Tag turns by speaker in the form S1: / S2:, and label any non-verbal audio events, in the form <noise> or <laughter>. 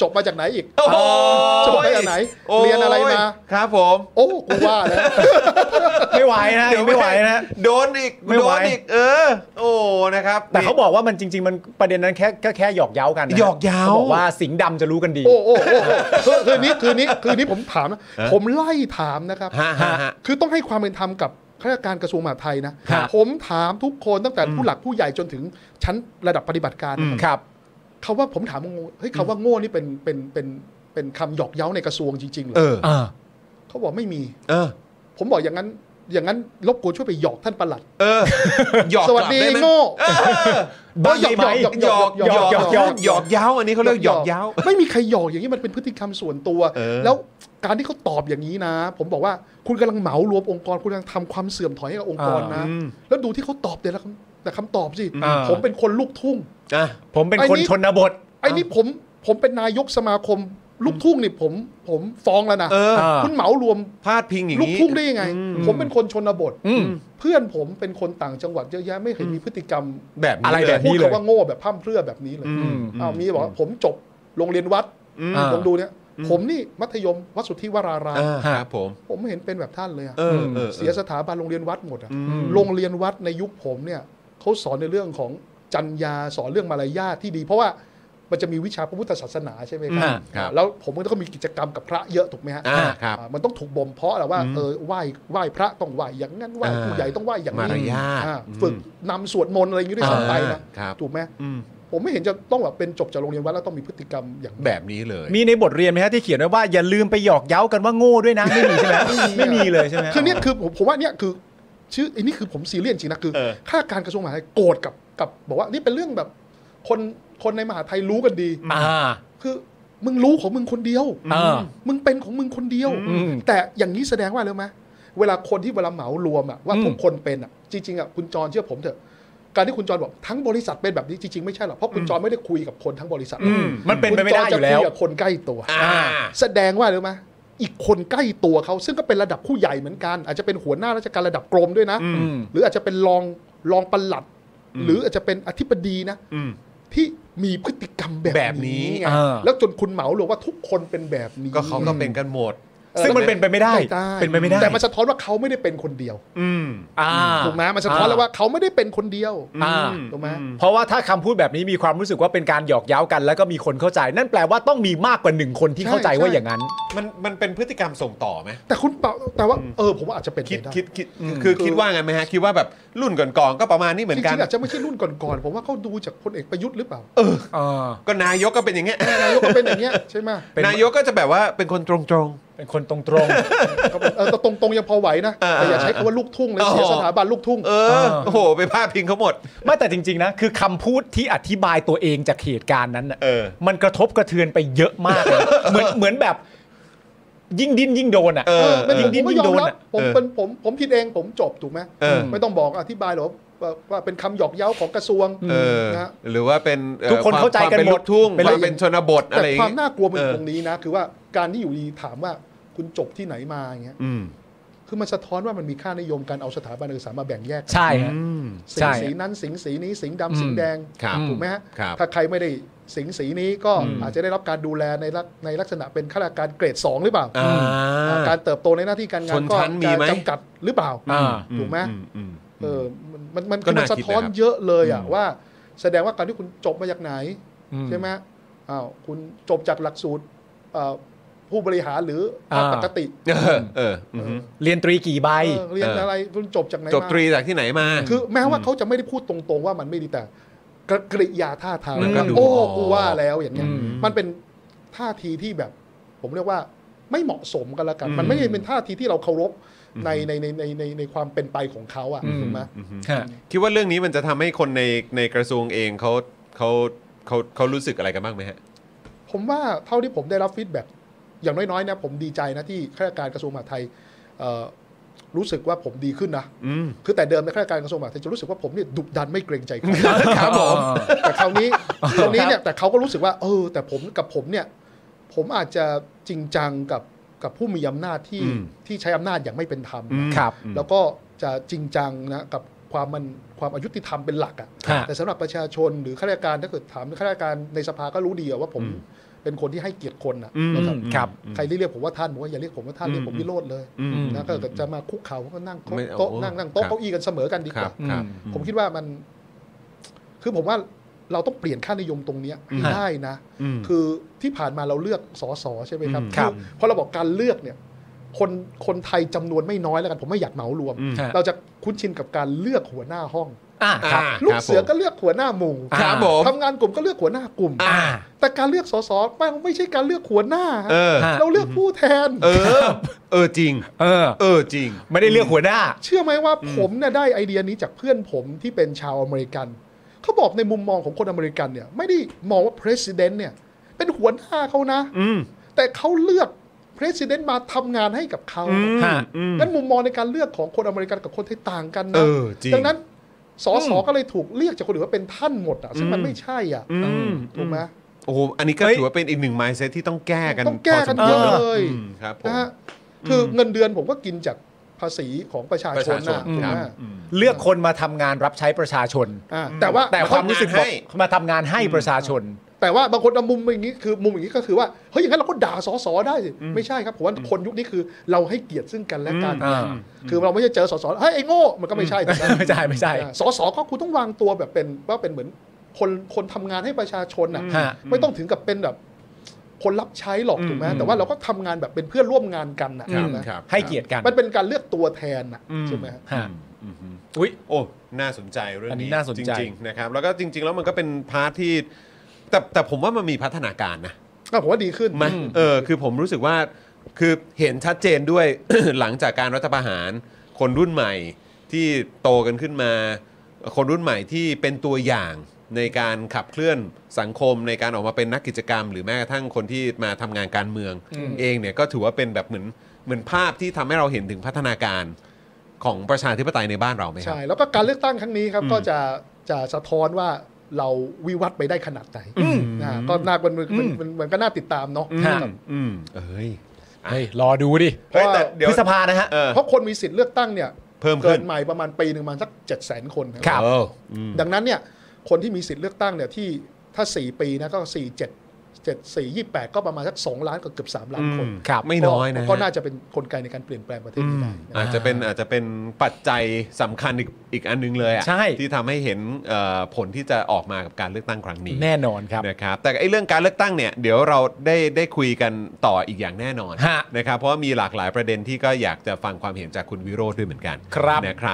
S1: จบมาจากไหนอีก
S2: โอ้โห
S1: จบมาจากไหน
S2: โอ้
S1: เรียนอะไรมา
S2: ครับผม
S1: โอ้กูว่าแล้ว
S3: ไม่ไหวนะ
S2: เดี๋ย
S3: ไม่ไหวนะ
S2: โดนอีก
S3: ไม่
S2: โด
S3: ไหว
S2: นอีกเออ โอ้นะครับ
S3: แต่เขาบอกว่ามันจริง ๆ มันประเด็นนั้นแค่แค่แค่หยอกเย้ากันนะ
S2: หยอกเย้า
S3: ขบอกว่าสิงห์ดำจะรู้กันดี
S1: โอ้โอ้โอ้โอ้คือคืนนี้คืนนี้คืนนี้ผมถามนะผมไล่ถามนะครับ
S2: ฮะฮะฮะ
S1: คือต้องให้ความเป็นธรรมกับข้าราชการกระทรวงมหาดไทยนะ
S2: ครับ
S1: ผมถามทุกคนตั้งแต่ผู้หลักผู้ใหญ่จนถึงชั้นระดับปฏิบัติการนะ
S3: ครับ
S1: คำว่าผมถามว่าโง่เฮ้ยคำว่าโง่นี่เป็นเป็นเป็นเป็นคำหยอกเย้าในกระทรวงจริงๆเหร
S2: เอ
S1: อ
S2: อ
S1: เขาบอกไม่มี
S2: เออ
S1: ผมบอกอย่างนั้น อย่างนั้นรบกวนช่วยไปหยอกท่านประหลัด
S2: เออหยอก
S1: สวัสดี
S2: กลับไไหม
S1: โง่
S2: เออ
S1: เอ้ยหยอก
S3: บ้า
S1: หยอก
S3: ไหม
S2: หยอกหยอกหยอกหยอกหยอกเย้าอันนี้เขาเรียกหยอกเย้า
S1: ไม่มีใครหยอกอย่างนี้มันเป็นพฤติกรรมส่วนตัว
S2: เออ
S1: แล้วการที่เขาตอบอย่างนี้นะ ผมบอกว่าคุณกำลังเหมารวมองค์กรคุณกำลังทำความเสื่อมถอยให้กับองค์กรนะ
S3: อืม
S1: แล้วดูที่เขาตอบแต่ละคำแต่คำตอบสิ
S3: อ่า
S1: ผมเป็นคนลูกทุ่ง
S2: อ่ะ
S3: ผมเป็น
S1: ไอ้
S3: คน
S1: นี่
S3: ชนบท
S1: ไอ้นี่ผมผมเป็นนายกสมาคมลูกทุ่งนี่ผมผมฟ้องแล้วนะ
S2: เออ
S3: อ่า
S1: คุณเหมารวม
S2: พาดพิงอย่าง
S1: ลูก
S2: นี้
S1: ทุ่งได้ยังไง
S2: อืม
S1: ผมเป็นคนชนบท
S3: อืม
S1: เพื่อนผมเป็นคนต่างจังหวัดเยอะแยะไม่เคยมีพฤติกรรม
S2: แบบนี้
S3: อะไร
S2: เล
S3: แบ
S2: ย
S3: บ
S1: พูด
S3: เลย
S1: คำว่าโง่แบบพร่ำเพรื่อแบบนี้เลย
S2: อืม
S1: อ้าวมีบอกว่าผมจบโรงเรียนวัด
S2: อืม
S3: อ่า
S1: ลองดูเนี่ยผมนี่มัธยมวัดสุทธิวราราม
S2: อ่าครับผม
S1: ผมไม่เห็นเป็นแบบท่านเลยอะ
S2: เออออออ
S1: เสียสถาบันโรงเรียนวัดหมดอะ
S2: อืม
S1: โรงเรียนวัดในยุคผมเนี่ยเขาสอนในเรื่องของจรรยาสอนเรื่องมารยาทที่ดี เพราะว่ามันจะมีวิชาพระพุทธศาสนาใช่ไหมครั
S3: อ่า
S2: ครับ
S1: แล้วผมก็ต้องมีกิจกรรมกับพระเยอะถูกไหมฮะ
S2: อ่าครับ
S1: อ่ามันต้องถูกบ่มเพาะแหละว่าเออไหว้ไหว้พระต้องไหว้อย่างนั้นไหว้
S2: อ่า
S1: ผู้ใหญ่ต้องไหว้อย่างนี้
S2: มารยาท
S1: อ่า
S2: อืม
S1: ฝึกนำสวดมนต์อะไรอย่างนี้ด้วยซ้ำไปนะ
S2: อ่าครับ
S1: ถูกไหม
S2: อืม
S1: ผมไม่เห็นจะต้องแบบเป็นจบจากโรงเรียนวัดแล้วต้องมีพฤติกรรมอย่างนี้
S2: แบบนี้เลย
S3: มีในบทเรียนไหมฮะที่เขียนไว้ว่าอย่าลืมไปหยอกเย้ากันว่าโง่ด้วยนะ ไม่มีใช่ไหมไม่มีเลยใช่ไหม
S1: คือเนี่ยคือผมผมว่าเนี่ยคือชื่อไอ้นี่คือผมซีเรียสจริงนะคือข้าราชการกระทรวงมหาดไทยโกรธกับกับ บอกว่านี่เป็นเรื่องแบบคนคนในมหาดไทยรู้กันดี
S3: อ่า
S1: คือมึงรู้ของมึงคนเดียว
S3: เออ
S1: มึงเป็นของมึงคนเดียว
S3: อืม
S1: แต่อย่างนี้แสดงว่าอะไรรู้ไหมเวลาคนที่เวลาเหมารวมอะว่า
S3: อืม
S1: ทุกคนเป็นอะจริงๆอะคุณจรเชื่อผมเถอะ การที่คุณจรบอกทั้งบริษัทเป็นแบบนี้จริงๆไม่ใช่หรอกเพราะคุณจรไม่ได้คุยกับคนทั้งบริษัท
S3: อืมมันเป็นไปไม่ได้
S1: คุณจร
S3: อ
S1: จะ
S3: ยู่แล้ว
S1: คุกับคนใกล้ตัว
S2: อ่า
S1: แสดงว่าอะไรรู้ไหมอีกคนใกล้ตัวเขาซึ่งก็เป็นระดับผู้ใหญ่เหมือนกัน อาจจะเป็นหัวหน้าราชการระดับกรมด้วยนะ
S2: อืม
S1: หรืออาจจะเป็นรองรองปลัด หรืออาจจะเป็นอธิบดีนะ
S2: อืม
S1: ที่มีพฤติกรรมแบบ
S2: แบบนี้
S1: ไง
S3: อ่า
S1: แล้วจนคุณเหมารวมว่าทุกคนเป็นแบบนี้
S2: ก็เขาก็เป็นกันหมด
S3: ซึ่งมันเป็นไปไม่ได้
S1: ไม่ได้
S3: เป็นไปไม่ได้
S1: แต่มันสะท้อนว่าเขาไม่ได้เป็นคนเดียว
S2: อืม
S3: อ่า
S1: ถูกไหมมันสะท้อนแล้วว่าเขาไม่ได้เป็นคนเดียว
S3: อ่า
S1: ถูกไหม
S3: เพราะว่าถ้าคำพูดแบบนี้มีความรู้สึกว่าเป็นการหยอกเย้ากัน แล้วก็มีคนเข้าใจ นั่นแปลว่าต้องมีมากกว่าหนึ่งคนที่เข้าใจว่าอย่างนั้น
S2: มันมันเป็นพฤติกรรมส่งต่อไหม
S1: แต่คุณเปาแต่ว่าเออผมว่าอาจจะเป็น
S2: คิด
S1: ไปไ
S2: คิดคิดคือคิดว่าไงไหมฮะ คิดว่าแบบรุ่นก่อนๆก็ประมาณนี้เหมื
S1: จ
S2: อน
S1: ริ
S2: กัน
S1: งๆอาจจะไม่ใช่รุ่นก่อนๆผมว่าเขาดูจากพลเอกประยุทธ์หรือเปล่า
S2: ก็นายกก็เป็นอย่างเงี้ย
S1: นายกก็เป็นอย่างเงี้ยใช่ไหม
S3: เป็น
S2: นายกก็จะแบบว่าเป็นคนตรง
S3: เป็นคนตรง
S1: เขาเป็นเออแต่ตรงๆยังพอไหวนะแต่อย่าใช้คำว่าลูกทุ่งเลยเสียสถาบันลูกทุ่ง
S2: ๆ เออโอ้โหไปพาดพิงเขาหมด
S3: ๆไม่แต่จริง ๆ นะ คือคำพูดที่อธิบายตัวเองจากเหตุการณ์นั้นน่ะ
S2: เออ
S3: มันกระทบกระเทือนไปเยอะมากเลยเหมือนเหมือนแบบ ยิ่งดิ้นยิ่งโดนอ่ะ
S2: เอ
S1: เอ
S2: อ
S1: อไม่ผมก็ยอมรับผ
S2: เอ
S1: ม
S2: อ
S1: เป็นผมผมผิดเองผมจบถูกไหม
S2: เออ
S1: ไม่ต้องบอกอธิบายหรอกว่าว่าเป็นคำหยอกเย้าของกระทรวง
S2: เออ
S1: นะ
S2: หรือว่าเป็นอ่อ
S3: ทุกคนเข้าใจกันห
S2: ควา
S3: มด
S2: เป็นลูทุ่ง
S1: เป็น
S2: ความเป็นชนบทอะไร
S1: แต่
S2: อย่าง
S1: ควา
S2: เงี้
S1: ม
S2: ย
S1: น่ากลัวมันอ
S2: เอยู่ อ
S1: ตรงนี้นะ คือว่าการที่อยู่ดีถามว่าคุณจบที่ไหนมาอย่างเงี้ย
S2: อืม
S1: คือมันสะท้อนว่ามันมีค่านิยมการเอาสถาบันการศึกษามาแบ่งแยกกัน
S3: ใช่ฮะ
S2: อืม
S1: สี
S3: ใช่
S1: สีนั้นสิงสีนี้สิงดำ
S3: อืม
S1: สิงแดง
S2: ครับ
S1: ถูกไหมฮะ
S2: ครับ
S1: ถ้าใครไม่ได้สิงสีนี้ก็
S2: อืม
S1: อาจจะได้รับการดูแลในลักในลักษณะเป็นข้าราชการเกรด 2 หรือเปล่า
S2: อ่า
S1: อ่าการเติบโตในหน้าที่การงา
S2: ช
S1: น
S2: น
S1: ก็
S2: ชั้นมี
S1: จะ
S2: ไหม
S1: จำกัดหรือเปล่า
S3: อ่า
S1: ถูกไหม
S2: อือืม
S1: เออมันมันมัน
S2: ก็
S1: คือมั
S2: น่าน คิด
S1: สะท้อน
S2: นะครับ
S1: เยอะเลยอ่ะ
S2: อืม
S1: ว่า แสดงว่าการที่คุณจบมาจากไหน
S3: อืม
S1: ใช่ไหมอ้าวคุณจบจากหลักสูตรเอ่อผู้บริหารหรือ
S3: อ่า
S1: ปกติ
S2: เออเอออืม
S3: เรียนตรีกี่ใบ
S1: เออเรียนอะไรคุณจบจากไหน
S2: จบ
S1: มา
S2: ตรีจากที่ไหนมา
S1: คือแม้ว่าเขาจะไม่ได้พูดตรงๆว่ามันไม่ดีแต่กระกริยาท่าทาง
S2: มันก็ดู
S1: โอ้
S2: ออก
S1: กูว่าแล้วอย่างเงี้ย
S3: อืม
S1: มันเป็นท่าทีที่แบบ ผมเรียกว่าไม่เหมาะสมกันละกัน
S2: อืม
S1: มันไม่ได้เป็นท่าทีที่เราเคารพในในในในในในความเป็นไปของเขาอ่ะ
S2: อืม
S1: ถูกไหม
S3: ฮะ
S2: คิดว่าเรื่องนี้มันจะทำให้คนในในกระทรวงเองเขาเขาเขาเขารู้สึกอะไรกันบ้างไหมฮะ
S1: ผมว่าเท่าที่ผมได้รับฟีดแบ็กอย่างน้อยๆนะผมดีใจนะที่ข้าราชการกระทรวงมหาดไทยเอ่อรู้สึกว่าผมดีขึ้นนะ
S2: อืม
S1: คือแต่เดิมในข้าราชการกระทรวงมหาดไทยจะรู้สึกว่าผมเนี่ยดุดันไม่เกรงใจใคร
S2: ครับผม
S1: แต่คราวนี้คราวนี้เนี่ยแต่เขาก็รู้สึกว่า เออ แต่ผมกับผมเนี่ย ผมอาจจะจริงจังกับกับผู้มีอำนาจที่
S2: อืม
S1: ที่ใช้อำนาจอย่างไม่เป็นธรรม
S3: ครับ
S1: แล้วก็จะจริงจังนะกับความมันความอายุติธรรมเป็นหลักอะ
S3: ครับ
S1: แต่สำหรับประชาชนหรือข้าราชการถ้าเกิดถามข้าราชการในสภาก็รู้ดีอะว่าผม เป็นคนที่ให้เกียรติคนนะ
S2: อืม
S1: นะครับ
S2: อืม
S3: ครับ
S2: อืม
S1: ใครเรียกผมว่าท่านผมว่าอย่าเรียกผมว่าท่านเรียกผม
S2: อืม
S1: วิโรจน์เลย
S2: อืม
S1: นะก็จะมาคุกเข่าก็นั่ง
S2: ไม่
S1: โต๊ะ
S2: โอ้
S1: นั่งนั่งโต๊ะ
S2: ครับ
S1: เก้าอี้กันเสมอกันดี
S2: ค
S1: ก
S2: รับ
S1: ว่า
S2: ครับ
S3: อื
S1: ผมคิดว่ามัน คือผมว่าเราต้องเปลี่ยนค่านิยมตรงเนี้ยให้
S3: ฮะ
S1: ได้นะ
S2: ม
S1: คือที่ผ่านมาเราเลือกสอสอใช่ไหมครับ
S2: อืม
S3: ครับ
S1: อพอเราบอกการเลือกเนี่ย คนคนไทยจำนวนไม่น้อยแล้วกัน ผมไม่อยากเหมารวม
S2: อืม
S3: ฮะ
S1: เราจะคุ้นชินกับการเลือกหัวหน้าห้อง
S3: อ่าครับ
S2: อ่ะ
S1: ลูก
S2: ครับ
S1: เสือ
S2: ผม
S1: ก็เลือกหัวหน้าหมู่
S3: อ่ะ
S2: ครับผม
S1: ทำงานกลุ่มก็เลือกหัวหน้ากลุ่ม
S3: อ่า
S1: แต่การเลือกสอสอแม่งไม่ใช่การเลือกหัวหน้า
S2: เออ
S3: ฮะ
S1: เราเลือกผู้แทน
S2: เออ เออจริง
S3: เออ
S2: เออจริง
S3: ไม่ได้เลือกหัวหน้า
S1: เชื่อไหมว่าผมเนี่ยได้ไอเดียนี้จากเพื่อนผมที่เป็นชาวอเมริกัน เขาบอกในมุมมองของคนอเมริกันเนี่ย ไม่ได้มองว่า president เนี่ย เป็นหัวหน้าเขานะ
S2: อืม
S1: แต่เขาเลือก president มาทำงานให้กับเขา
S2: อืม
S3: ฮะ
S2: อื
S1: ดั
S2: ม
S1: งนั้นมุมมองในการเลือกของคนอเมริกันกับคนไทยต่างกัน
S2: เอ
S1: นะ
S2: อจริง
S1: ดังนั้นสอสอ
S3: อืม
S1: ก็เลยถูกเรียกจากคนอื่นว่าเป็นท่านหมดอ่ะซึ่งมัน
S2: อืม
S1: ไม่ใช่อ่ะ
S2: อืม
S1: ถูกไหม
S2: โอ้โหอันนี้ก็
S3: เฮ้ย
S2: ถือว่าเป็นอีกหนึ่ง mindset ที่ต้องแก้กัน
S1: ต้องแก้กัน
S2: พสมควร
S1: เยอะ
S2: น
S1: เลย
S2: อืมครับผม
S1: นะฮะคือเงินเดือนผมก็กินจากภาษีของประชา
S2: ประ
S1: ชน
S2: ชาชน
S1: นะถูกไหม
S2: ครับอืม
S3: เลือกคนมาทำงานรับใช้ประชาชน
S1: อ่าแต่ว่า
S3: แต่ความรู้สึกบอก
S2: ให้
S3: มาทำงานให้ประชาชน
S1: แต่ว่าบางคนเอามุมอย่างนี้คือมุมอย่างนี้ก็คือว่าเฮ้ยอย่างนั้นเราก็ด่าสอสอได้สิไม่ใช่ครับผมว่าคนยุคนี้คือเราให้เกียรติซึ่งกันและกัน
S3: อืมอ่า
S1: คือเราไม่ใช่เจอสอสอเฮ้ยไอ้โง่มันก็ไม่ใช่ถูกไหม
S3: <laughs> ไม่ใช่ไม่ใช่
S1: อ่าสอสอก็คุณต้องวางตัวแบบเป็นว่าเป็นเหมือนคนคนทำงานให้ประชาชนน่ะ
S3: ฮะ
S1: ไม่ต้องถึงกับเป็นแบบคนรับใช้หรอกถูกไหม
S2: อืม
S1: แต่ว่าเราก็ทำงานแบบเป็นเพื่อนร่วมงานกันน่ะ
S3: อืม
S1: ถูกไหม
S2: ครับ
S3: ให้เกียรติกัน
S1: มันเป็นการเลือกตัวแทนน่ะ
S2: อื
S1: ใช่ไหมฮะ
S3: ฮะ
S2: อืมอืม
S3: อุ้ย
S2: โอ้ น่าสนใจเรื่อง
S3: อันนี้
S2: นี้
S3: น่าสนใจ
S2: ริงๆนะครับ แล้วก็จริง ๆ แล้วมันก็เป็นพาร์ทที่ แต่แต่ผมว่ามันมีพัฒนาการนะ
S1: ก็ผมว่าดีขึ้น
S2: มันเออ คือผมรู้สึกว่า คือเห็นชัดเจนด้วย <coughs> หลังจากการรัฐประหาร คนรุ่นใหม่ที่โตกันขึ้นมา คนรุ่นใหม่ที่เป็นตัวอย่างในการขับเคลื่อนสังคมในการออกมาเป็นนักกิจกรรม หรือแม้กระทั่งคนที่มาทำงานการเมือง
S3: อืม
S2: เองเนี่ยก็ถือว่าเป็นแบบเหมือนเหมือนภาพที่ทำให้เราเห็นถึงพัฒนาการของประชาธิปไตยในบ้านเราไหมครับ
S1: ใช่ แล้วก็การเลือกตั้งครั้งนี้ครับ
S2: อืม
S1: ก็จะจะสะท้อนว่าเราวิวัฒน์ไปได้ขนาดไหนนะฮะก็น่ามันมัน
S3: อืม
S1: มันมันก็น่าติดตามเนาะ
S2: อืม
S1: ครับ
S2: อืมเอ้ย
S3: เฮ้ยรอดูดิ
S2: เฮ้ยแต่เดี๋ยว
S3: พฤษภานะฮะ
S2: เออ
S1: เพราะคนมีสิทธิ์เลือกตั้งเนี่ย
S2: เพิ่ม
S1: เกิ
S2: ขึ้น
S1: นใหม่ประมาณปีหนึ่งประมาณสักเจ็ดแสนคนนะครับ
S2: เอออืม
S1: ดังนั้นเนี่ยคนที่มีสิทธิ์เลือกตั้งเนี่ยที่ถ้า 4 ปีนะก็ 4 7 7 4 28 ก็ประมาณสัก2ล้านกับเกือบ3ล้านคน
S3: ครับ
S2: ไม่น้อยนะ
S1: ก็ก็น่าจะเป็นกลไกในการเปลี่ยนแปลงประเทศ
S2: อื
S1: นี้
S2: ม
S1: ได้นะ
S2: อาจจะเป็นอาจจะเป็นปัจจัยสำคัญอีกอีกอันนึงเลยอะ
S3: ใช่
S2: ที่ทำให้เห็นเอ่อผลที่จะออกมากับการเลือกตั้งครั้งนี้
S3: แน่นอนครับ
S2: นะครับ แต่ไอ้เรื่องการเลือกตั้งเนี่ยเดี๋ยวเราได้ได้คุยกันต่ออีกอย่างแน่นอน
S3: ฮะ
S2: นะครับเพราะว่ามีหลากหลายประเด็นที่ก็อยากจะฟังความเห็นจากคุณวิโรธด้วยเหมือนกัน
S3: ครับ
S2: นะครับ